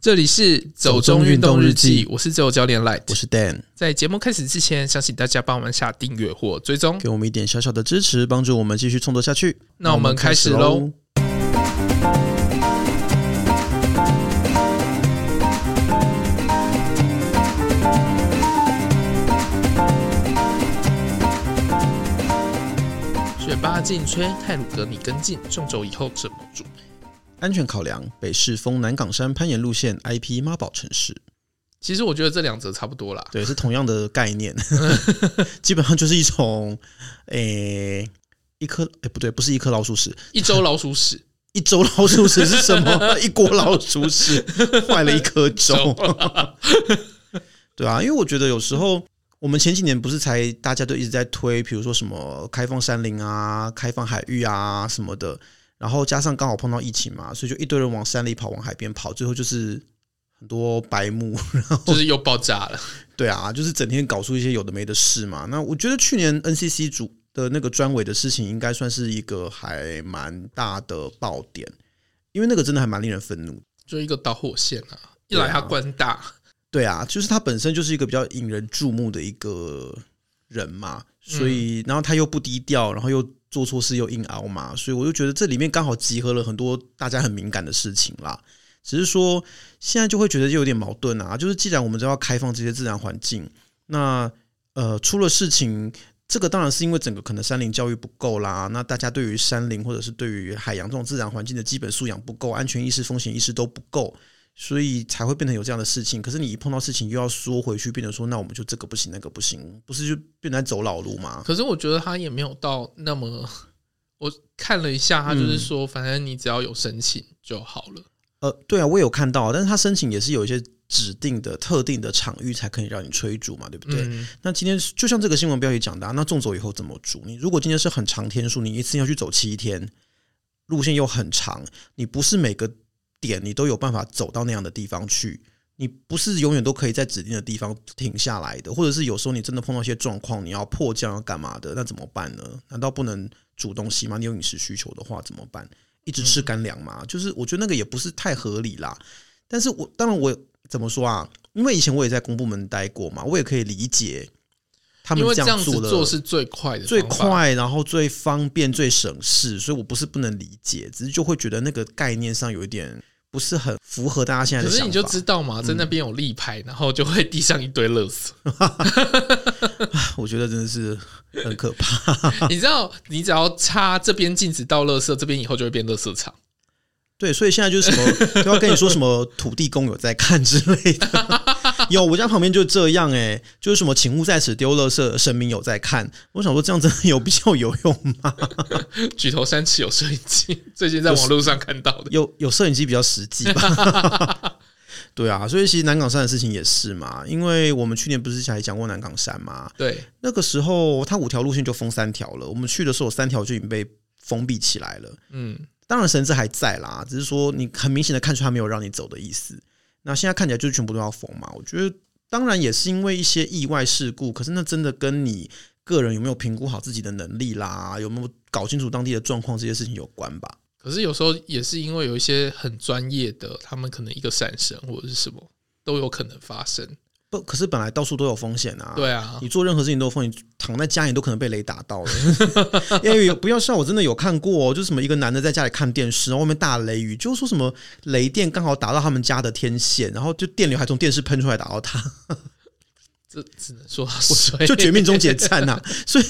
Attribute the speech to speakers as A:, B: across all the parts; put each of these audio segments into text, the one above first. A: 这里是走中运动日记，我是自由教练 Light，
B: 我是 Dan。
A: 在节目开始之前，想请大家帮我们下订阅或追踪，
B: 给我们一点小小的支持，帮助我们继续创作下去。
A: 那我们开始喽。学霸禁吹，泰鲁格你跟进，中轴以后怎么煮？
B: 安全考量，北市丰南港山攀岩路线 IP 妈宝城市，
A: 其实我觉得这两者差不多啦。
B: 对，是同样的 概念，基本上就是一种，诶、一颗，诶、不对，不是一颗老鼠屎，
A: 一周老鼠屎，
B: 一周老鼠屎是什么？一锅老鼠屎，坏了一颗粥。 对啊，因为我觉得有时候我们前几年不是才大家都一直在推，比如说什么开放山林啊、开放海域啊什么的，然后加上刚好碰到疫情嘛，所以就一堆人往山里跑、往海边跑，最后就是很多白目，
A: 就是又爆炸了。
B: 对啊，就是整天搞出一些有的没的事嘛。那我觉得去年 NCC 组的那个专委的事情，应该算是一个还蛮大的爆点，因为那个真的还蛮令人愤怒。
A: 就一个导火线啊，一
B: 对啊
A: 来他官大，
B: 对啊，就是他本身就是一个比较引人注目的一个人嘛，所以、然后他又不低调，然后又做错事又硬熬嘛，所以我就觉得这里面刚好集合了很多大家很敏感的事情啦。只是说现在就会觉得有点矛盾啊，就是既然我们知道要开放这些自然环境，那呃出了事情，这个当然是因为整个可能山林教育不够啦，那大家对于山林或者是对于海洋这种自然环境的基本素养不够，安全意识、风险意识都不够，所以才会变成有这样的事情。可是你一碰到事情又要缩回去，变成说那我们就这个不行那个不行，不是就变成在走老路吗？
A: 可是我觉得他也没有到那么。我看了一下，他
B: 嗯
A: 就是说，反正你只要有申请就好了。
B: 呃，对啊，我有看到，但是他申请也是有一些指定的、特定的场域才可以让你吹煮嘛，对不对？
A: 嗯，
B: 那今天就像这个新闻标题讲的、啊，那纵走以后怎么煮？你如果今天是很长天数，你一次要去走七天，路线又很长，你不是每个点你都有办法走到那样的地方去，你不是永远都可以在指定的地方停下来的，或者是有时候你真的碰到一些状况，你要迫降要干嘛的，那怎么办呢？难道不能煮东西吗？你有饮食需求的话怎么办？一直吃干粮吗？就是我觉得那个也不是太合理啦。但是我当然我怎么说啊？因为以前我也在公部门待过嘛，我也可以理解他们
A: 因为
B: 这
A: 这样
B: 样
A: 子
B: 做的
A: 做是最快的，
B: 最。快，然后最方便、最省事，所以我不是不能理解，只是就会觉得那个概念上有一点不是很符合大家现在
A: 可
B: 的
A: 是
B: 想法。嗯
A: 你就知道嘛，在那边有立牌，然后就会地上一堆垃 圾。
B: 我觉得真的是很可 怕。
A: 你知道，你只要插这边禁止倒垃圾，这边以后就会变垃圾场。
B: 对，所以现在就是什么都要跟你说什么土地公有在看之类的。 有，我家旁边就这样哎、就是什么请勿在此丢垃圾，神明有在看。我想说这样真的有比较有用 吗？
A: 举头三尺有摄影机， 最近在网络上看到的。
B: 有有摄影机比较实际吧。 对啊，所以其实南港山的事情也是嘛，因为我们去年不是还讲过南港山嘛，
A: 对，
B: 那个时候它五条路线就封三条了，我们去的时候三条就已经被封闭起来了。
A: 嗯，
B: 当然绳子还在啦，只是说你很明显的看出它没有让你走的意思。那现在看起来就是全部都要封嘛，我觉得当然也是因为一些意外事故，可是那真的跟你个人有没有评估好自己的能力啦，有没有搞清楚当地的状况这些事情有关吧。
A: 可是有时候也是因为有一些很专业的，他们可能一个闪神或者是什么都有可能发生。
B: 不，可是本来到处都有风险啊。
A: 对啊，
B: 你做任何事情都有风险，躺在家里都可能被雷打到了。 因为有不要笑，我真的有看过、哦，就是什么一个男的在家里看电视，然后外面大雷雨，就说什么雷电刚好打到他们家的天线，然后就电流还从电视喷出来打 到他，
A: 这只能说他水
B: 就绝命终结战呐、所以。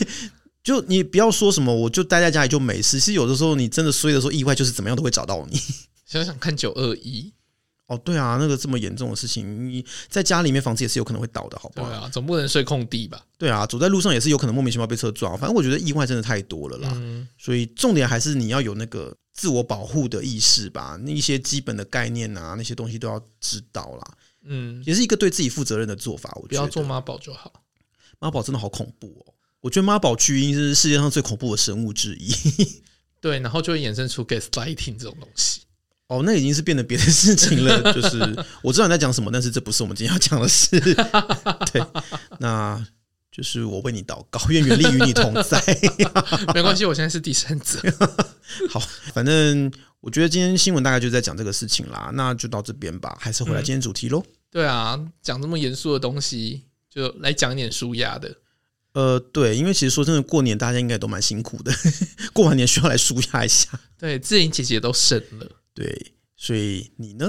B: 就你不要说什么，我就待在家里就没事。其实有的时候你真的衰的时候，意外就是怎么样都会找到你。
A: 想想看，九二一，
B: 哦，对啊，那个这么严重的事情，你在家里面房子也是有可能会倒的，好不
A: 对
B: 好？
A: 啊，总不能睡空地吧？
B: 对啊，走在路上也是有可能莫名其妙被车撞。反正我觉得意外真的太多了啦。
A: 嗯，
B: 所以重点还是你要有那个自我保护的意识吧，那一些基本的概念啊，那些东西都要知道啦，
A: 嗯，
B: 也是一个对自己负责任的做法。我觉得
A: 不要做妈宝就好。
B: 妈宝真的好恐怖哦！我觉得妈宝巨婴是世界上最恐怖的生物之一。
A: 对，然后就会衍生出 gaslighting 这种东西。
B: 哦，那已经是变成别的事情了。就是我知道你在讲什么，但是这不是我们今天要讲的事。 对，那就是我为你祷告，愿原力与你同在。
A: 没关系，我现在是第三者。
B: 好，反正我觉得今天新闻大概就在讲这个事情啦，那就到这边吧，还是回来
A: 嗯
B: 今天主题喽。
A: 对啊，讲这么严肃的东西，就来讲一点舒压的。
B: 呃，对，因为其实说真的，过年大家应该都蛮辛苦的， 过完年需要来舒压一下。
A: 对，志玲姐姐都省了，
B: 对，所以你呢？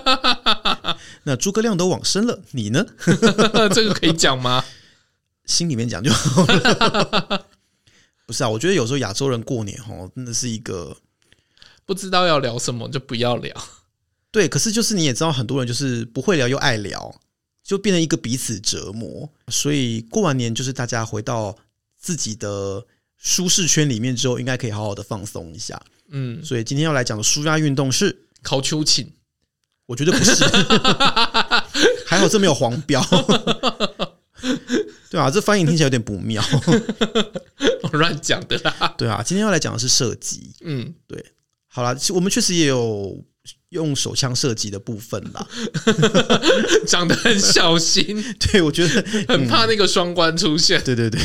B: 那诸葛亮都往生了，你呢？
A: 这个可以讲吗？
B: 心里面讲就好了。 不是啊，我觉得有时候亚洲人过年哦，真的是一个
A: 不知道要聊什么就不要聊。
B: 对，可是就是你也知道，很多人就是不会聊又爱聊，就变成一个彼此折磨。所以过完年就是大家回到自己的舒适圈里面之后，应该可以好好的放松一下。
A: 嗯，
B: 所以今天要来讲的舒压运动是，
A: 考秋瑾，
B: 我觉得不是， 还好这没有黄标。对啊，这翻译听起来有点不妙。
A: 我 乱讲的啦。
B: 对啊，今天要来讲的是射击。
A: 嗯，
B: 好啦，其实我们确实也有用手枪射击的部分啦。
A: 讲的很小心，
B: 对，我觉得
A: 很怕那个双关出现。
B: 对对对，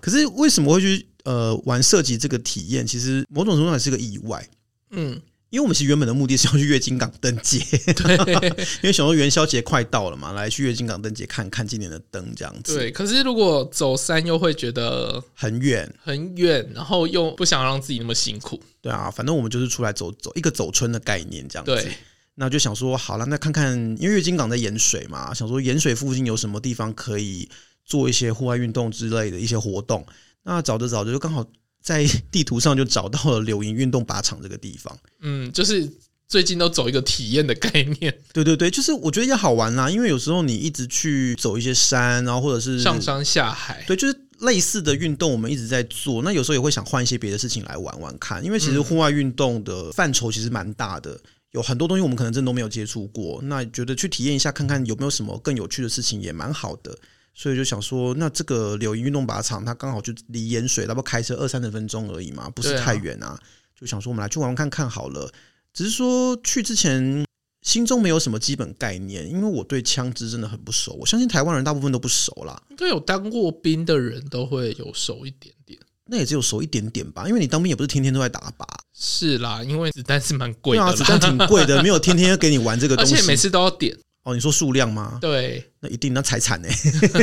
B: 可是为什么会去呃玩射击这个体验？其实某种程度上也是个意外，
A: 嗯，
B: 因为我们其实原本的目的是要去月经港灯节，
A: 对
B: 因为想说元宵节快到了嘛，来去月经港灯节看看今年的灯这样子。
A: 对。可是如果走山又会觉得
B: 很远，
A: 很远，然后又不想让自己那么辛苦。
B: 对啊，反正我们就是出来走走，一个走春的概念这样子。
A: 对，
B: 那就想说，好了，那看看，因为月经港在盐水嘛，想说盐水附近有什么地方可以做一些户外运动之类的一些活动。那找着找着，就刚好在地图上就找到了柳营运动靶场这个地方。
A: 嗯，就是最近都走一个体验的概念，
B: 对对对，就是我觉得也好玩啦，因为有时候你一直去走一些山，然后或者是
A: 上山下海。
B: 对，就是类似的运动，我们一直在做。那有时候也会想换一些别的事情来玩玩看，因为其实户外运动的范畴其实蛮大的，有很多东西我们可能真的都没有接触过。那觉得去体验一下，看看有没有什么更有趣的事情，也蛮好的。所以就想说，那这个柳营运动靶场，它刚好就离盐水，大概开车二三十分钟而已嘛，不是
A: 对啊
B: 太远啊。就想说，我们来去玩玩看看好了。只是说去之前，心中没有什么基本概念，因为我对枪支真的很不熟。我相信台湾人大部分都不熟啦。
A: 应该有当过兵的人都会有熟一点点。
B: 那也只有熟一点点吧，因为你当兵也不是天天都在打靶，
A: 是啦，因为子弹是蛮贵
B: 对
A: 的
B: 啊，
A: 啦，
B: 子弹挺贵的，没有天天给你玩这个
A: 而
B: 东西。
A: 且每次都要点。
B: 哦，你说数量吗？
A: 对，
B: 那一定那才惨呢，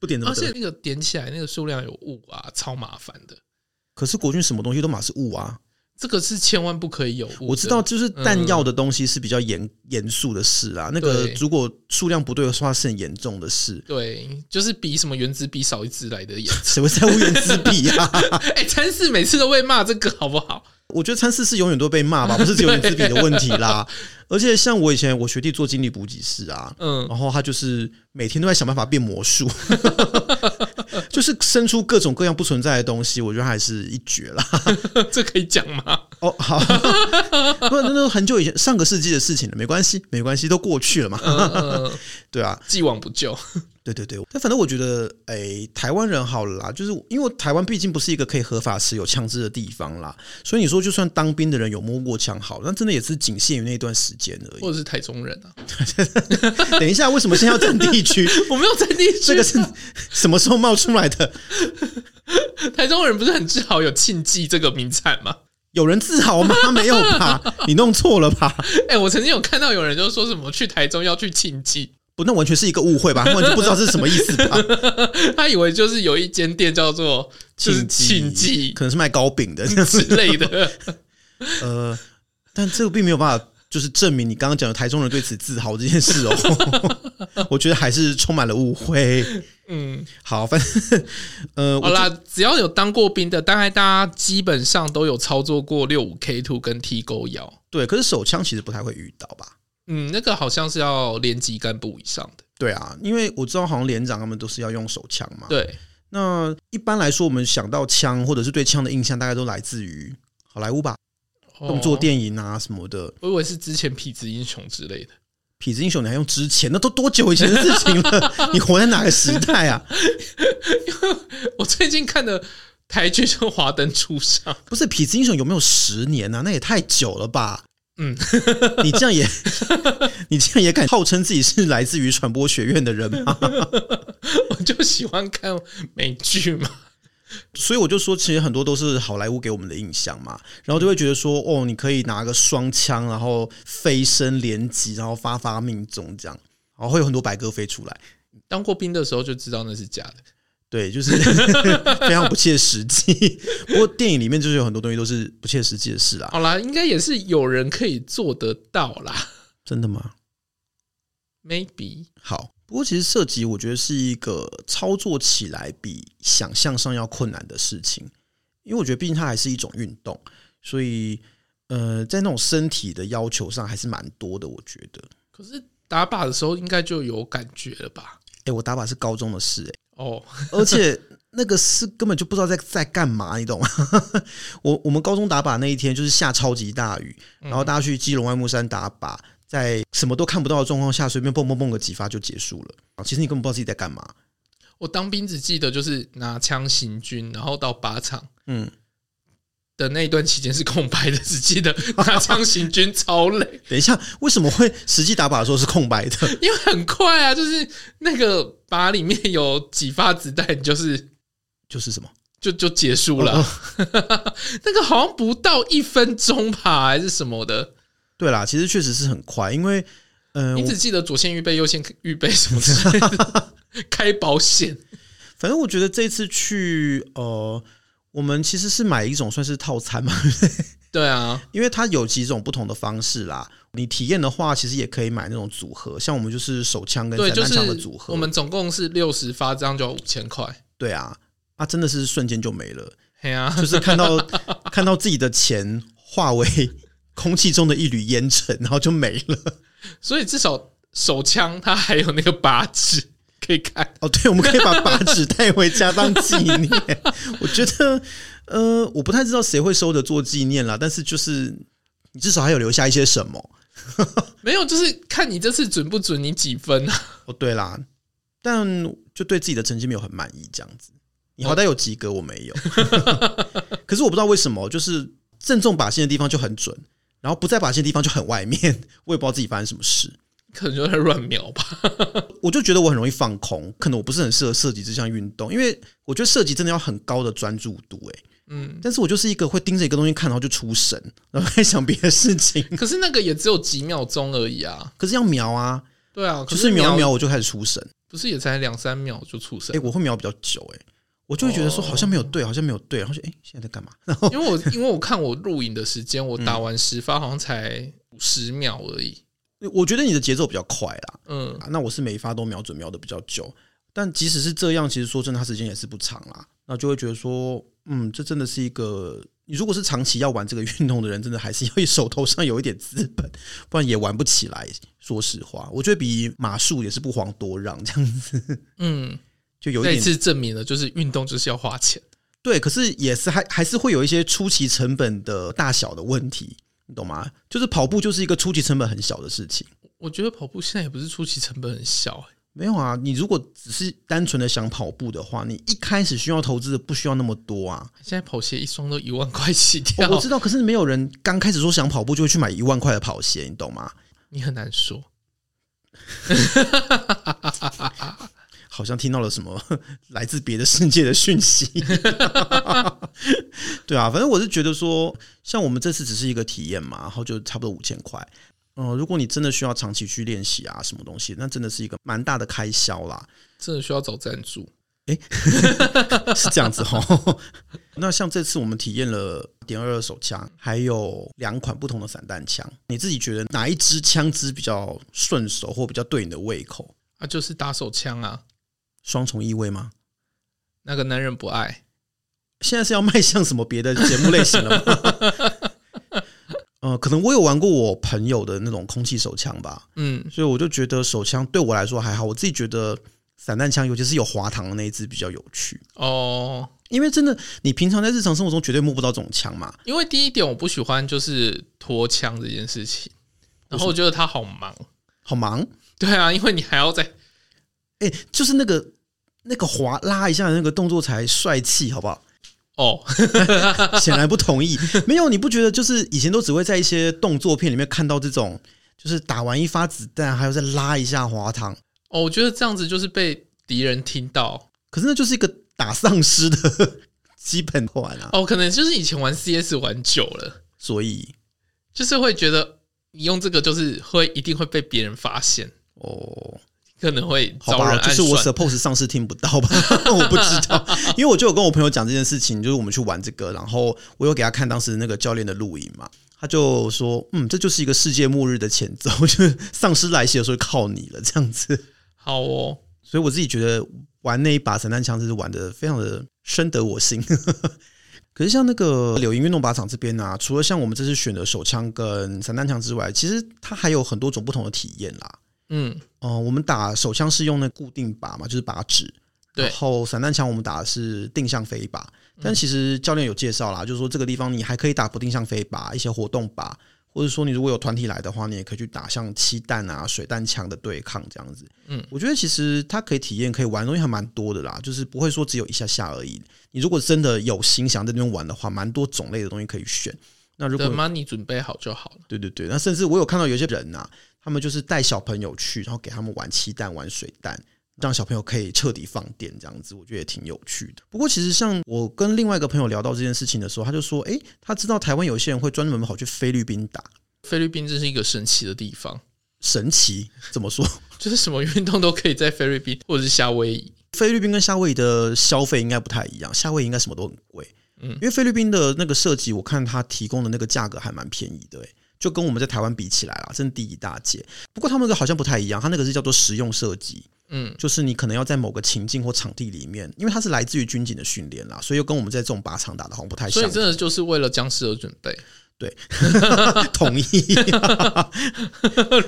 B: 不点怎么
A: 而且
B: 得？
A: 那个点起来那个数量有误啊，超麻烦的。
B: 可是国军什么东西都马是物啊，
A: 这个是千万不可以有误的。嗯
B: 我知道，就是弹药的东西是比较严严肃的事啊，那个
A: 对
B: 如果数量不对的话是很严重的事，。
A: 对，就是比什么原子笔少一支来的严
B: 谁会在乎原子笔啊？
A: 哎、参事每次都被骂这个，好不好？
B: 我觉得参事是永远都被骂吧，不是只有原子笔的问题啦。而且像我以前我学弟做经理补给室啊，
A: 嗯，
B: 然后他就是每天都在想办法变魔术， 就是生出各种各样不存在的东西。我觉得他还是一绝啦。
A: 这可以讲吗？
B: 哦，好， 不，那都很久以前上个世纪的事情了，没关系，没关系，都过去了嘛。
A: 嗯嗯，
B: 对啊，
A: 既往不咎。
B: 对对对。但反正我觉得，哎、台湾人好了啦，就是因为台湾毕竟不是一个可以合法持有枪支的地方啦，所以你说就算当兵的人有摸过枪好，那真的也是仅限于那段时间而已。
A: 或者是台中人啊，
B: 等一下，为什么现在要占地区？
A: 我没有在地
B: 这
A: 区
B: 个。是什么时候冒出来的？
A: 台中人不是很自豪有庆忌这个名产吗？
B: 有人自豪吗？没有吧？你弄错了吧？
A: 哎、我曾经有看到有人就说什么去台中要去庆忌，
B: 不，那完全是一个误会吧？完全不知道是什么意思吧？
A: 他以为就是有一间店叫做 就是庆忌
B: 可能是卖糕饼的。
A: 之类的。
B: 呃，但这个并没有办法，就是证明你刚刚讲的台中人对此自豪这件事哦。 我觉得还是充满了误会。
A: 嗯，
B: 好，反正呃，
A: 好
B: 我
A: 啦，只要有当过兵的，大概大家基本上都有操作过六五 K two 跟踢勾摇。
B: 对，可是手枪其实不太会遇到吧？
A: 嗯，那个好像是要连级干部以上的。
B: 对啊，因为我知道好像连长他们都是要用手枪嘛。
A: 对，
B: 那一般来说，我们想到枪或者是对枪的印象，大概都来自于好莱坞吧，动作
A: 哦，
B: 电影啊什么的。
A: 我以为是之前痞子英雄之类的。
B: 痞子英雄，你还用之前？那都多久以前的事情了？ 你活在哪个时代啊？
A: 我最近看的台剧就《华灯初上》，
B: 不是痞子英雄有没有十年啊？那也太久了吧？
A: 嗯，
B: 你这样也，你这样也敢号称自己是来自于传播学院的人吗？
A: 我就喜欢看美剧嘛。
B: 所以我就说，其实很多都是好莱坞给我们的印象嘛，然后就会觉得说，哦，你可以拿个双枪，然后飞身连击，然后发发命中这样，然后会有很多白鸽飞出来。
A: 当过兵的时候就知道那是假的。
B: 对，就是 非常不切实际。不过电影里面就是有很多东西都是不切实际的事啊。
A: 好啦，应该也是有人可以做得到啦
B: 真的吗？
A: ，maybe。
B: 好，不过其实射击我觉得是一个操作起来比想象上要困难的事情，因为我觉得毕竟它还是一种运动，所以呃，在那种身体的要求上还是蛮多的。我觉得，
A: 可是打靶的时候应该就有感觉了吧？
B: 哎、我打靶是高中的事、 诶
A: 哦，
B: 而且那个是根本就不知道在在干嘛，你懂吗？ 我我们高中打靶那一天就是下超级大雨，然后大家去基隆外木山打靶，在什么都看不到的状况下，随便蹦蹦蹦个几发就结束了。啊其实你根本不知道自己在干嘛。
A: 我当兵只记得就是拿枪行军，然后到靶场
B: 嗯，
A: 的那一段期间是空白的，只记得拿枪行军超累，
B: 等一下，为什么会实际打靶的时候是空白的？
A: 因为很快啊，就是那个靶里面有几发子弹，就是
B: 就是什么？
A: 就就结束了。 那个好像不到一分钟吧，还是什么的。
B: 对啦，其实确实是很快，因为嗯、呃
A: 你
B: 我
A: 只记得左线预备、右线预备什么之类的，开保险。
B: 反正我觉得这次去呃，我们其实是买一种算是套餐嘛，
A: 对啊，
B: 因为它有几种不同的方式啦。你体验的话，其实也可以买那种组合，像我们就是手枪跟
A: 对，
B: 散
A: 就
B: 弹枪的
A: 是
B: 组合。
A: 我们总共是六十发，这样就要五千块。
B: 对啊，啊，真的是瞬间就没了，
A: 嘿啊，
B: 就是看到 看到自己的钱化为空气中的一缕烟尘，然后就没了。
A: 所以至少手枪它还有那个靶纸可以看。
B: 哦，对，我们可以把靶纸带回家当纪念。我觉得，呃，我不太知道谁会收着做纪念啦，但是就是你至少还有留下一些什么。
A: 没有，就是看你这次准不准，你几分啊？
B: 哦，对啦，但就对自己的成绩没有很满意，这样子。你好歹有及格，我没有。可是我不知道为什么，就是正中靶心的地方就很准，然后不在靶心的地方就很外面，我也不知道自己发生什么事。
A: 可能就在乱瞄吧。
B: 我就觉得我很容易放空，可能我不是很适合射击这项运动，因为我觉得射击真的要很高的专注度、欸，
A: 嗯，
B: 但是我就是一个会盯着一个东西看，然后就出神， 然后在想别的事情。
A: 可是那个也只有几秒钟而已啊。
B: 可是要瞄啊，
A: 对啊，可
B: 就是瞄
A: 瞄
B: 一瞄，我就开始出神。
A: 不是也才两三秒就出
B: 哎、
A: 生？
B: 我会瞄比较久、欸，我就会觉得说
A: 哦
B: 好像没有对，好像没有对，然后就哎、现在在干嘛？
A: 因为我因为我看我录影的时间，我打完十发好像才五十秒而已。
B: 我觉得你的节奏比较快啦，
A: 嗯，
B: 啊那我是每一发都瞄准瞄的比较久，但即使是这样，其实说真的，它时间也是不长啦，那就会觉得说，嗯，这真的是一个。你如果是长期要玩这个运动的人，真的还是要手头上有一点资本，不然也玩不起来。说实话，我觉得比马术也是不遑多让，这样子
A: 嗯，
B: 就有一
A: 再一
B: 点
A: 次证明了，就是运动就是要花钱。
B: 对，可是也是还还是会有一些初期成本的大小的问题，你懂吗？就是跑步就是一个初期成本很小的事情。
A: 我觉得跑步现在也不是初期成本很小、欸
B: 没有啊，你如果只是单纯的想跑步的话，你一开始需要投资的不需要那么多啊。
A: 现在跑鞋一双都一万块起
B: 哦
A: 跳，
B: 我知道，可是没有人刚开始说想跑步就会去买一万块的跑鞋，你懂吗？
A: 你很难说。
B: 好像听到了什么 来自别的世界的讯息。 对啊，反正我是觉得说，像我们这次只是一个体验嘛，然后就差不多五千块。嗯、如果你真的需要长期去练习啊，什么东西，那真的是一个蛮大的开销啦，
A: 真的需要找赞助。
B: 是这样子哦。 那像这次我们体验了点二二手枪，还有两款不同的散弹枪，你自己觉得哪一支枪支比较顺手，或比较对你的胃口？
A: 啊，就是打手枪啊，
B: 双重意味吗？
A: 那个男人不爱。
B: 现在是要迈向什么别的节目类型了吗？ 呃，可能我有玩过我朋友的那种空气手枪吧，
A: 嗯，
B: 所以我就觉得手枪对我来说还好。我自己觉得散弹枪，尤其是有滑膛的那一支比较有趣，
A: 哦，
B: 因为真的你平常在日常生活中绝对摸不到这种枪嘛。
A: 因为第一点我不喜欢就是拖枪这件事情，然后我觉得他好忙。
B: 好忙，
A: 对啊，因为你还要在
B: 哎、就是那个那个滑拉一下的那个动作才帅气，好不好？
A: 哦，
B: 显然不同意。 没有，你不觉得就是以前都只会在一些动作片里面看到这种，就是打完一发子弹，还要再拉一下滑膛。
A: 哦，我觉得这样子就是被敌人听到，
B: 可是那就是一个打丧尸的基本款啊，
A: 哦，可能就是以前玩 CS 玩久了，
B: 所以
A: 就是会觉得你用这个就是会一定会被别人发现，
B: 哦，
A: 可能会
B: 好
A: 遭人
B: 吧，
A: 暗
B: 就
A: 算。
B: 是我 suppose 上次听不到吧， 我不知道，因为我就有跟我朋友讲这件事情，就是我们去玩这个，然后我有给他看当时那个教练的录影嘛，他就说，嗯，这就是一个世界末日的前奏，就是丧尸来袭的时候靠你了这样子，
A: 好哦，
B: 所以我自己觉得玩那一把散弹枪真是玩的非常的深得我心。 可是像那个柳营运动靶场这边啊，除了像我们这次选的手枪跟散弹枪之外，其实它还有很多种不同的体验啦。
A: 嗯，
B: 嗯、我们打手枪是用那固定靶嘛，就是靶纸。
A: 对嗯
B: 然后散弹枪我们打的是定向飞靶，但其实教练有介绍啦，就是说这个地方你还可以打不定向飞靶、一些活动靶，或者说你如果有团体来的话，你也可以去打像气弹啊、水弹枪的对抗这样子。
A: 嗯，
B: 我觉得其实它可以体验、可以玩的东西还蛮多的啦，就是不会说只有一下下而已。你如果真的有心想在那边玩的话，蛮多种类的东西可以选。那如果
A: 等 money 准备好就好了。
B: 对对对，那甚至我有看到有些人呐、他们就是带小朋友去，然后给他们玩气弹、玩水弹，让小朋友可以彻底放电，这样子我觉得也挺有趣的。不过其实像我跟另外一个朋友聊到这件事情的时候，他就说，诶，他知道台湾有些人会专门跑去菲律宾打，
A: 菲律宾真是一个神奇的地 方，
B: 神奇怎么说？
A: 就是什么运动都可以在菲律宾 或者是夏威夷。
B: 菲律宾跟夏威夷的消费应该不太一样，夏威夷应该什么都很贵，
A: 嗯
B: 因为菲律宾的那个设计，我看它提供的那个价格还蛮便宜的、欸，就跟我们在台湾比起来啦，真的低一大截。不过他们那个好像不太一样，它那个是叫做实用设计，
A: 嗯，
B: 就是你可能要在某个情境或场地里面，因为它是来自于军警的训练啦，所以又跟我们在这种靶场打的好像不太
A: 所
B: 像
A: 以，真的就是为了僵尸而准备，
B: 同意。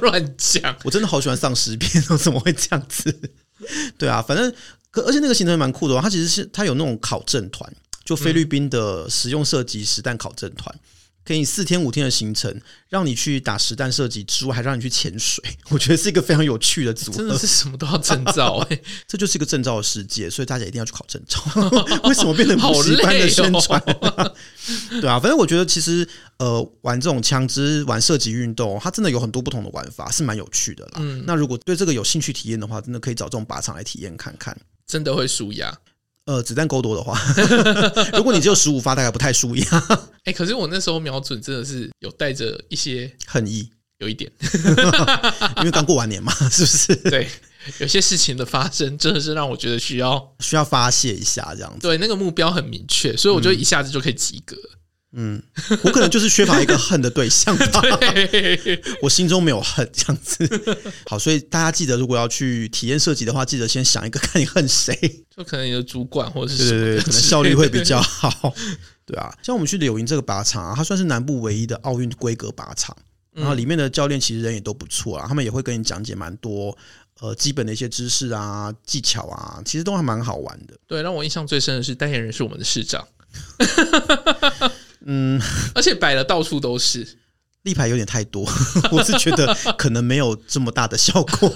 A: 乱讲。
B: 我真的好喜欢丧尸片 哦，怎么会这样子？对啊，反正可而且那个行程也蛮酷的、哦，它其实是它有那种考证团，就菲
A: 嗯
B: 律宾的实用射击实弹考证团。给你四天五天的行程，让你去打实弹射击之外，还让你去潜水， 我觉得是一个非常有趣的组合。
A: 真的是什么都要证照 哎、
B: 这就是一个证照的世界，所以大家一定要去考证照。 为什么变成补习班
A: 哦
B: 的宣传？ 对啊，反正我觉得其实呃，玩这种枪支、玩射击运动，它真的有很多不同的玩法，是蛮有趣的啦。
A: 嗯
B: 那如果对这个有兴趣体验的话，真的可以找这种靶场来体验看看。
A: 真的会输压。
B: 呃，子弹够多的话，如果你只有十五发，大概不太输呀，
A: 哎、可是我那时候瞄准真的是有带着一些
B: 很易，
A: 有一点，
B: 因为刚过完年嘛， 是不是
A: 对，有些事情的发生真的是让我觉得需要
B: 需要发泄一下这样子？
A: 对那个目标很明确，所以我就一下子就可以及格。
B: 嗯，我可能就是缺乏一个恨的对象吧。
A: 对，
B: 我心中没有恨这样子。 好，所以大家记得，如果要去体验设计的话，记得先想一个， 看你恨谁。
A: 就可能你的主管或者是
B: 对
A: 什
B: 对
A: 么
B: 对，
A: 的
B: 可能
A: 之
B: 效率
A: 类
B: 会
A: 的
B: 比较好。 对啊，像我们去柳营这个靶场啊，它算是南部唯一的奥运规格靶场。然后里面的教练其实人也都不错啊，他们也会跟你讲解蛮多呃基本的一些知识啊、技巧啊，其实都还蛮好玩的。
A: 对，让我印象最深的是代言人是我们的市长。 嗯， 而且摆的到处都是，
B: 立牌有点太多， 我是觉得可能没有这么大的效果。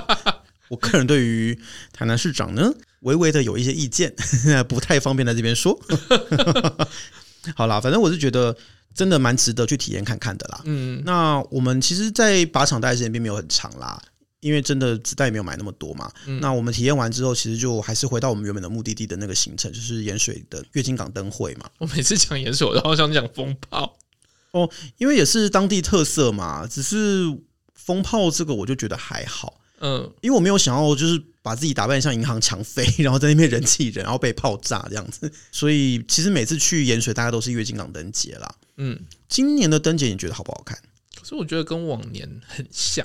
B: 我个人对于台南市长呢，微微的有一些意见， 不太方便在这边说。 好啦，反正我是觉得真的蛮值得去体验看看的啦。
A: 嗯，
B: 那我们其实，在靶场待的时间并没有很长啦，因为真的子弹也没有买那么多嘛。那我们体验完之后，其实就还是回到我们原本的目的地的那个行程，就是盐水的月经港灯会嘛。
A: 我每次讲盐水，我都好想讲风炮。
B: 因为也是当地特色嘛，只是风炮这个我就觉得还好，
A: 嗯，
B: 因为我没有想要就是把自己打扮得像银行强匪， 然后在那边人挤人，然后被炮炸这样子。所以其实每次去盐水大概都是月经港灯节啦。
A: 嗯，
B: 今年的灯节你觉得好不好看？
A: 可是我觉得跟往年很像，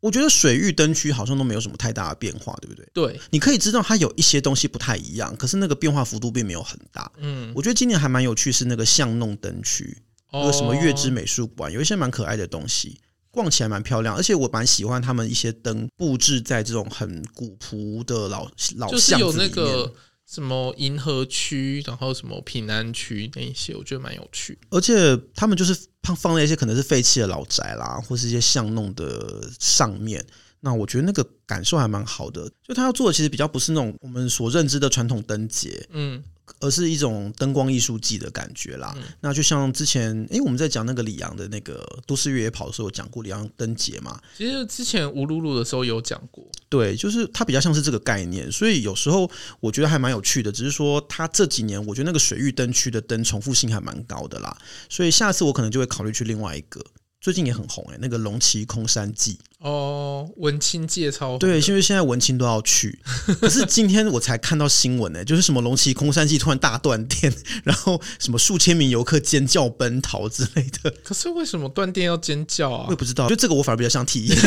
B: 我觉得水域灯区好像都没有什么太大的变化，对不对？
A: 对，
B: 你可以知道它有一些东西不太一样，可是那个变化幅度并没有很大。
A: 嗯，
B: 我觉得今年还蛮有趣，是那个巷弄灯区，那
A: 哦
B: 个什么月之美术馆，有一些蛮可爱的东西，逛起来蛮漂亮，而且我蛮喜欢他们一些灯布置在这种很古朴的老老
A: 就是
B: 巷
A: 有
B: 子里
A: 那
B: 面。
A: 个什么银河区，然后什么平安区那一些，我觉得蛮有趣。
B: 而且他们就是放放在一些可能是废弃的老宅啦，或是一些巷弄的上面。那我觉得那个感受还蛮好的，就他要做的其实比较不是那种我们所认知的传统灯节，
A: 嗯，
B: 而是一种灯光艺术季的感觉啦。那就像之前，诶，我们在讲那个李阳的那个都市越野跑的时候，有讲过李阳灯节嘛，
A: 其实之前吴露露的时候有讲过，
B: 对，就是它比较像是这个概念，所以有时候我觉得还蛮有趣的。只是说它这几年，我觉得那个水域灯区的灯重复性还蛮高的啦，所以下次我可能就会考虑去另外一个。最近也很红诶、那个龙崎空山记，
A: 哦，文青界超红
B: 对，
A: 的
B: 因为现在文青都要去。可是今天我才看到新闻呢、欸就是什么龙崎空山记突然大断电， 然后什么数千名游客尖叫奔逃之类的，
A: 可是为什么断电要尖叫
B: 我也
A: 啊？
B: 不知道。就这个我反而比较想体验，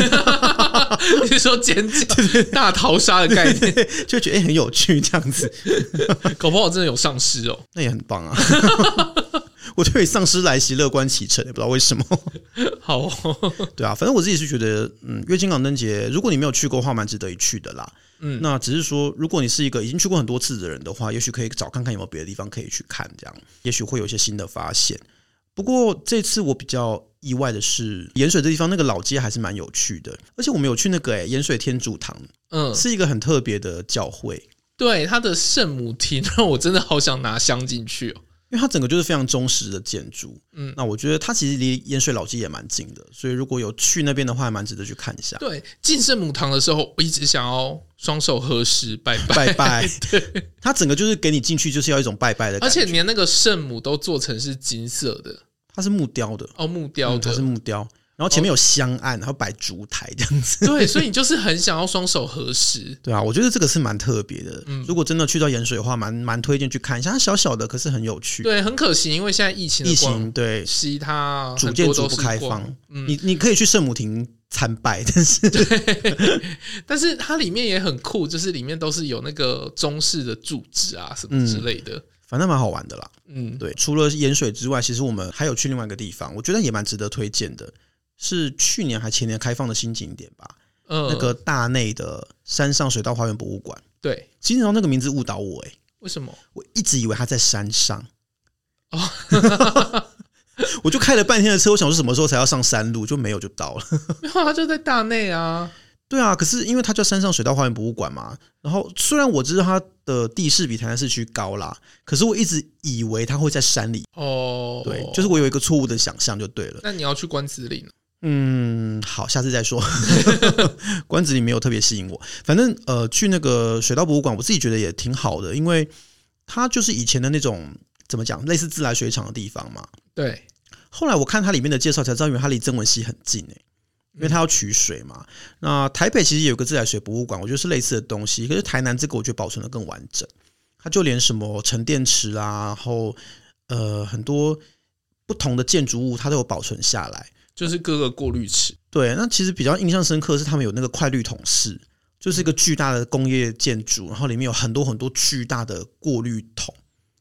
A: 你说尖叫大逃杀的概念，
B: 就觉得、诶很有趣这样子，
A: 搞不好真的有丧尸哦。
B: 那也很棒啊。我对丧尸来袭乐观其成，也不知道为什么。
A: 好哦，
B: 对啊，反正我自己是觉得，嗯，月经港灯节，如果你没有去过的话，蛮值得一去的啦。
A: 嗯
B: 那只是说，如果你是一个已经去过很多次的人的话，也许可以找看看有没有别的地方可以去看，这样也许会有一些新的发现。不过这次我比较意外的是，盐水这地方那个老街还是蛮有趣的，而且我们有去那个诶、欸盐水天主堂，
A: 嗯，
B: 是一个很特别的教会，
A: 对，他的圣母厅让我真的好想拿香进去哦。
B: 因为它整个就是非常忠实的建筑。嗯，那我觉得它其实离盐水老街也蛮近的，所以如果有去那边的话，还蛮值得去看一下。
A: 对，进圣母堂的时候，我一直想要双手合十拜拜，
B: 拜拜。它整个就是给你进去就是要一种拜拜的
A: 而
B: 感觉，
A: 且连那个圣母都做成是金色的
B: 它是木雕的，
A: 哦，木雕
B: 嗯它
A: 的。
B: 是木雕，然后前面有香案，然后摆烛台这样子。
A: 对，所以你就是很想要双手合十。
B: 对啊，我觉得这个是蛮特别的。
A: 嗯
B: 如果真的去到盐水的话，蛮蛮推荐去看一下。它小小的，可是很有趣。
A: 对，很可惜，因为现在疫情
B: 疫
A: 的关
B: 情对
A: 系，它
B: 主
A: 很
B: 建
A: 多
B: 筑
A: 都
B: 不
A: 是嗯
B: 开
A: 关
B: 放，你你可以去圣母亭参拜， 但是
A: 但是它里面也很酷，就是里面都是有那个中式的柱子啊什么之
B: 嗯
A: 类的。
B: 反正蛮好玩的啦。
A: 嗯，
B: 对，除了盐水之外，其实我们还有去另外一个地方，我觉得也蛮值得推荐的，是去年还前年开放的新景点吧。
A: 呃，
B: 那个大内的山上水稻花园博物馆。
A: 对，
B: 其实然后那个名字误导我、欸，
A: 为什么？
B: 我一直以为它在山上。哦， 我就开了半天的车，我想说什么时候才要上山路，就没有就到了。
A: 没有，它就在大内啊。
B: 对啊，可是因为它叫山上水稻花园博物馆嘛，然后虽然我知道它的地势比台南市区高啦，可是我一直以为它会在山里，
A: 哦，
B: 对，就是我有一个错误的想象就对了。
A: 那你要去关子岭，
B: 嗯，好，下次再说。 关子里没有特别吸引我，反正呃，去那个水稻博物馆，我自己觉得也挺好的，因为它就是以前的那种怎么讲，类似自来水厂的地方嘛。
A: 对，
B: 后来我看它里面的介绍才知道，原来它离曾文溪很近诶、因为它要取水嘛。那台北其实也有个自来水博物馆，我觉得是类似的东西，可是台南这个我觉得保存的更完整，它就连什么沉淀池啊，然后呃很多不同的建筑物，它都有保存下来。
A: 就是各个过滤池。
B: 对，那其实比较印象深刻的是他们有那个快滤桶室，就是一个巨大的工业建筑，然后里面有很多很多巨大的过滤桶。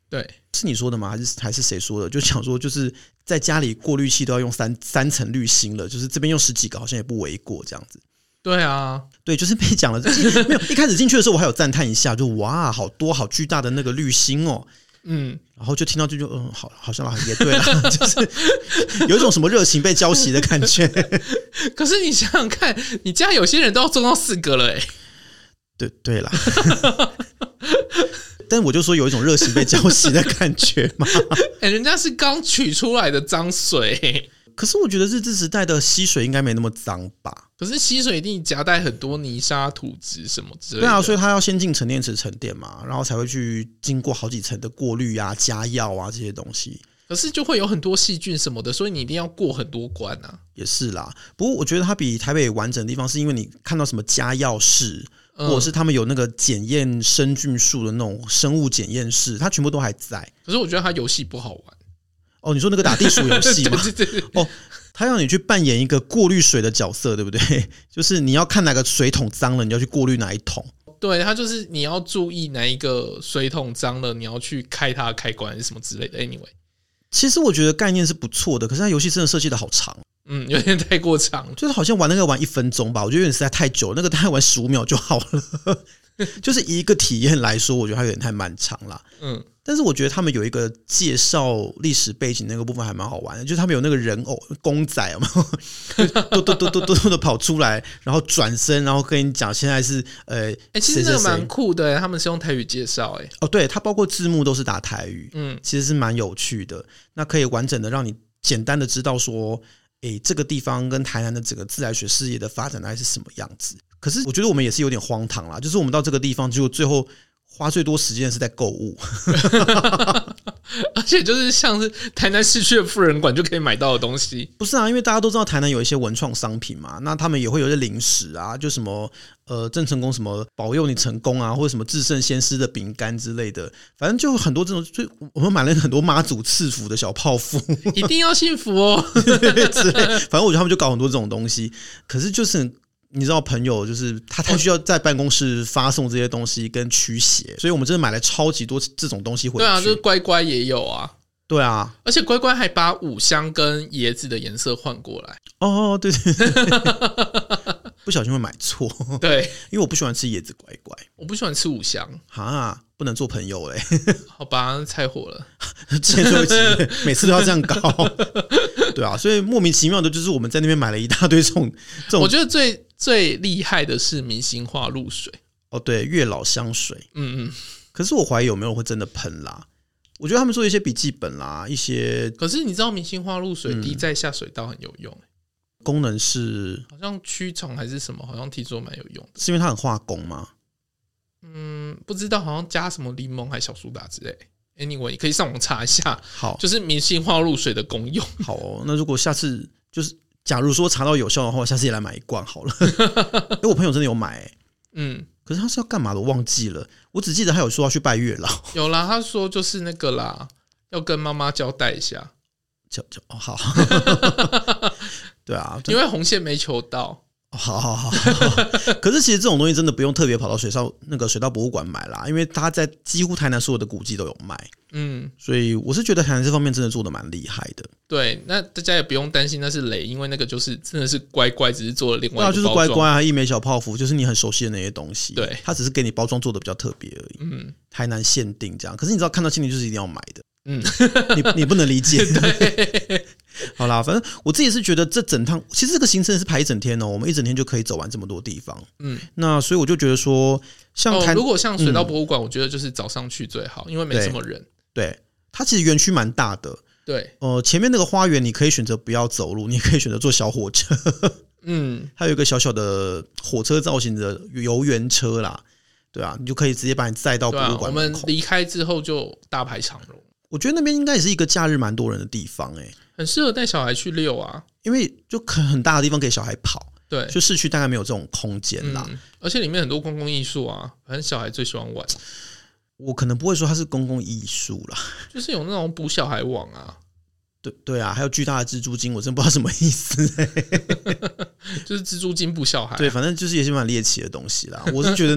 A: 对，
B: 是你说的吗？还是还是谁说的？就想说，就是在家里过滤器都要用三三层滤芯了，就是这边用十几个好像也不为过这样子。
A: 对啊，
B: 对，就是被讲了，没有一开始进去的时候我还有赞叹一下，就哇，好多好巨大的那个滤芯哦，
A: 嗯，
B: 然后就听到这就嗯，好，好像也对了， 就是有一种什么热情被浇熄的感觉。
A: 可是你想想看，你家有些人都要做到四个了、欸，
B: 对对啦， 但我就说有一种热情被浇熄的感觉嘛。
A: 哎、人家是刚取出来的脏水、
B: 可是我觉得日治时代的溪水应该没那么脏吧？
A: 可是溪水一定夹带很多泥沙、土质什么之类
B: 对
A: 的。
B: 啊，所以它要先进沉淀池沉淀嘛，然后才会去经过好几层的过滤啊、加药啊这些东西。
A: 可是就会有很多细菌什么的，所以你一定要过很多关啊。
B: 也是啦，不过我觉得它比台北完整的地方，是因为你看到什么加药室，
A: 嗯
B: 或者是他们有那个检验生菌素的那种生物检验室，它全部都还在。
A: 可是我觉得它游戏不好玩，
B: 哦，你说那个打地鼠游戏 吗？
A: 对对对对
B: 哦，他要你去扮演一个过滤水的角色，对不对？ 就是你要看哪个水桶脏了，你要去过滤哪一桶。
A: 对，它就是你要注意哪一个水桶脏了，你要去开它的开关什么之类的。Anyway，
B: 其实我觉得概念是不错的，可是它游戏真的设计的好长，
A: 嗯，有点太过长了。
B: 就是好像玩那个玩一分钟吧，我觉得有点实在太久了，那个大概玩十五秒就好了。 就是一个体验来说，我觉得它有点太漫长了。
A: 嗯
B: 但是我觉得他们有一个介绍历史背景那个部分还蛮好玩的，就是他们有那个人偶公仔嘛， 嘟嘟嘟嘟嘟嘟的跑出来，然后转身，然后跟你讲现在是呃，
A: 哎、其实
B: 谁
A: 那
B: 谁
A: 个蛮
B: 谁
A: 酷的、欸他们是用台语介绍、哎，
B: 哦，对，它包括字幕都是打台语，
A: 嗯
B: 其实是蛮有趣的。那可以完整的让你简单的知道说，诶，这个地方跟台南的整个自然学事业的发展大概是什么样子。可是我觉得我们也是有点荒唐啦，就是我们到这个地方，结果最后花最多时间的是在购物。
A: 而且就是像是台南市区的富人馆就可以买到的东西，
B: 不是啊，因为大家都知道台南有一些文创商品嘛，那他们也会有一些零食啊，就什么呃郑成功什么保佑你成功啊，或者什么至圣先师的饼干之类的，反正就很多这种，就我们买了很多妈祖赐福的小泡芙
A: 一定要幸福哦。
B: 之类， 反正我觉得他们就搞很多这种东西，可是就是。你知道朋友就是他，他需要在办公室发送这些东西跟驱邪，所以我们真的买了超级多这种东西回去。
A: 嗯对啊，就是乖乖也有啊，
B: 对啊，
A: 而且乖乖还把五香跟椰子的颜色换过来。
B: 哦，对对对， 不小心会买错，
A: 对，
B: 因为我不喜欢吃椰子乖乖。
A: 我不喜欢吃五香，
B: 哈，不能做朋友嘞，
A: 好吧，太火了。
B: 前奏集每次都要这样搞， 对啊，所以莫名其妙的，就是我们在那边买了一大堆这种这
A: 我
B: 种
A: 觉得最最厉害的是明星化露水，
B: 哦，对，月老香水，
A: 嗯嗯。
B: 可是我怀疑有没有人会真的喷啦。我觉得他们做一些笔记本啦，一些
A: 可是你知道明星化露
B: 嗯
A: 水滴在下水道很有用、
B: 功能是
A: 好像驱虫还是什么，好像听说蛮有用的。
B: 是因为它很化工嘛，
A: 嗯，不知道好像加什么柠檬还小苏打之类。Anyway，你可以上网查一下，
B: 好
A: 就是明星化露水的功用。
B: 好哦。那如果下次就是假如说查到有效的话，下次也来买一罐好了。因为我朋友真的有买、欸，
A: 嗯，
B: 可是他是要干嘛的我忘记了，我只记得他有说要去拜月老。
A: 有啦，他说就是那个啦，要跟妈妈交代一下，
B: 就就哦好，对啊，
A: 因为红线没求到。
B: 好好好好好。可是其实这种东西真的不用特别跑到水上那个水稻博物馆买啦，因为它在几乎台南所有的古迹都有卖，
A: 嗯，
B: 所以我是觉得台南这方面真的做的蛮厉害的。
A: 对，那大家也不用担心那是雷，因为那个就是真的是乖乖，只是做了另
B: 对
A: 外一
B: 啊，
A: 个
B: 就是
A: 包
B: 乖
A: 装
B: 乖啊，一枚小泡芙，就是你很熟悉的那些东西。
A: 对
B: 它只是给你包装做的比较特别而已，
A: 嗯，
B: 台南限定这样。可是你知道看到限定就是一定要买的，
A: 嗯，
B: 你你不能理解。
A: 对，
B: 好啦，反正我自己是觉得这整趟其实这个行程是排一整天哦，我们一整天就可以走完这么多地方。
A: 嗯，
B: 那所以我就觉得说，像
A: 哦，
B: 台、
A: 如果像水稻博物馆，我觉得就是早上去最好，因为没
B: 对
A: 什么人。
B: 对它其实园区蛮大的，
A: 对，
B: 呃，前面那个花园你可以选择不要走路，你也可以选择坐小火车，
A: 嗯，
B: 它有一个小小的火车造型的游园车啦，对啊，你就可以直接把你载到
A: 对
B: 博
A: 啊
B: 物，
A: 我
B: 馆门
A: 们
B: 口。
A: 离开之后就大排长龙，
B: 我觉得那边应该也是一个假日蛮多人的地方诶、
A: 很适合带小孩去遛啊。
B: 因为就可很大的地方给小孩跑，
A: 对，
B: 就市区大概没有这种空间啦。
A: 嗯，而且里面很多公共艺术啊，反正小孩最喜欢玩，
B: 我可能不会说它是公共艺术啦，
A: 就是有那种捕小孩网啊，
B: 对对啊，还有巨大的蜘蛛精，我真不知道什么意思、
A: 就是蜘蛛精捕小孩啊。
B: 对，反正就是也是蛮猎奇的东西 啦。我是觉得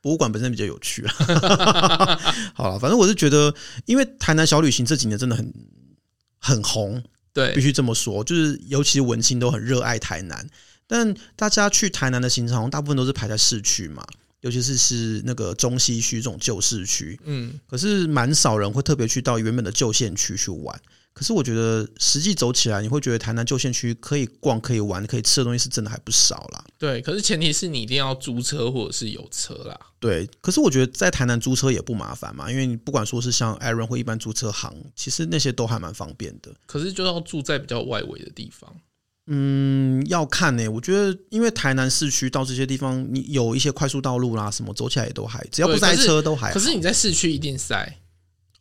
B: 博物馆本身比较有趣啦。好了，反正我是觉得，因为台南小旅行这几年真的很很红，必
A: 对，
B: 须这么说，就是尤其是文青都很热爱台南。但大家去台南的行程，好像大部分都是排在市区嘛，尤其是是那个中西区这种旧市区，
A: 嗯，
B: 可是蛮少人会特别去到原本的旧县区去玩。可是我觉得实际走起来，你会觉得台南旧县区可以逛、可以玩、可以吃的东西是真的还不少啦。
A: 对。可是前提是你一定要租车或者是有车啦。
B: 对，可是我觉得在台南租车也不麻烦嘛，因为你不管说是像 Aaron 或一般租车行，其实那些都还蛮方便的。
A: 可是就要住在比较外围的地方。
B: 嗯，要看呢、我觉得因为台南市区到这些地方，你有一些快速道路啦，什么走起来也都还，只要不
A: 对可
B: 塞
A: 是
B: 车都还好。啊
A: 可是你在市区一定塞。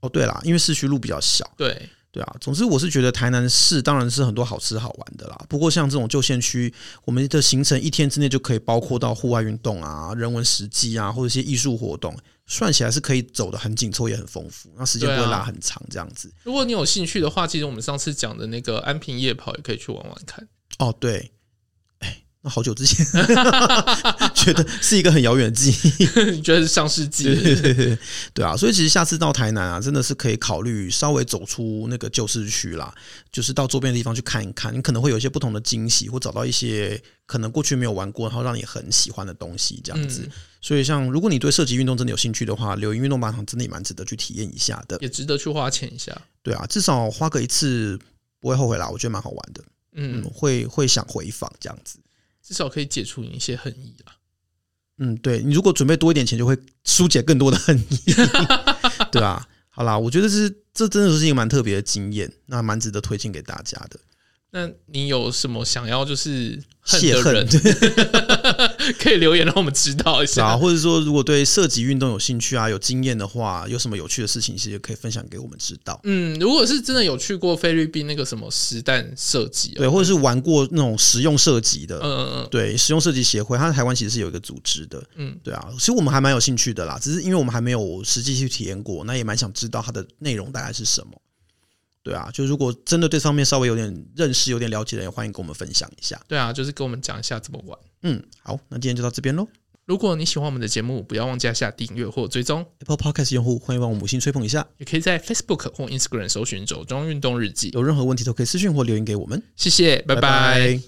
B: 哦，对啦，因为市区路比较小，
A: 对，
B: 对啊。总之，我是觉得台南市当然是很多好吃好玩的啦。不过像这种旧县区，我们的行程一天之内就可以包括到户外运动啊、人文实际啊，或者一些艺术活动，算起来是可以走的很紧凑，也很丰富，那时间不
A: 对啊
B: 会拉很长这样子。
A: 如果你有兴趣的话，其实我们上次讲的那个安平夜跑也可以去玩玩看。
B: 哦，对，哎，那好久之前， 觉得是一个很遥远的记忆。
A: 你觉得是上世
B: 对
A: 纪？
B: 对对对对啊！所以其实下次到台南啊，真的是可以考虑稍微走出那个旧市区啦，就是到周边的地方去看一看，你可能会有一些不同的惊喜，或找到一些可能过去没有玩过，然后让你很喜欢的东西这样子。
A: 嗯
B: 所以，像如果你对射击运动真的有兴趣的话，柳营运动靶场真的也蛮值得去体验一下的。
A: 也值得去花钱一下。
B: 对啊，至少花个一次不会后悔啦，我觉得蛮好玩的。嗯
A: 嗯，，
B: 会会想回访这样子。
A: 至少可以解除你一些恨意啦。
B: 嗯，对你如果准备多一点钱，就会疏解更多的恨意， 对啊，好啦，我觉得是这真的是一个蛮特别的经验，那蛮值得推荐给大家的。
A: 那你有什么想要就是恨
B: 泄
A: 的
B: 恨，
A: 人，
B: 对
A: 可以留言让我们知道一
B: 啊，
A: 下。
B: 或者说如果对射击运动有兴趣啊，有经验的话，有什么有趣的事情，其实可以分享给我们知道。
A: 嗯，如果是真的有去过菲律宾那个什么实弹射击、哦，
B: 对，或者是玩过那种实用射击的，
A: 嗯嗯嗯，
B: 对，实用设计协会，它在台湾其实是有一个组织的，
A: 嗯
B: 嗯，对啊，其实我们还蛮有兴趣的啦，只是因为我们还没有实际去体验过，那也蛮想知道它的内容大概是什么，对啊，就如果真的对这方面稍微有点认识、有点了解的人，也欢迎跟我们分享一下。
A: 对啊，就是跟我们讲一下怎么玩。
B: 嗯，好，那今天就到这边喽。
A: 如果你喜欢我们的节目，不要忘记按下订阅或追踪，
B: Apple Podcast 用户欢迎帮我们五星吹捧一下，
A: 也可以在 Facebook 或 Instagram 搜寻“走中运动日记
B: 有任何问题都可以私讯或留言给我们，”。
A: 谢谢，拜拜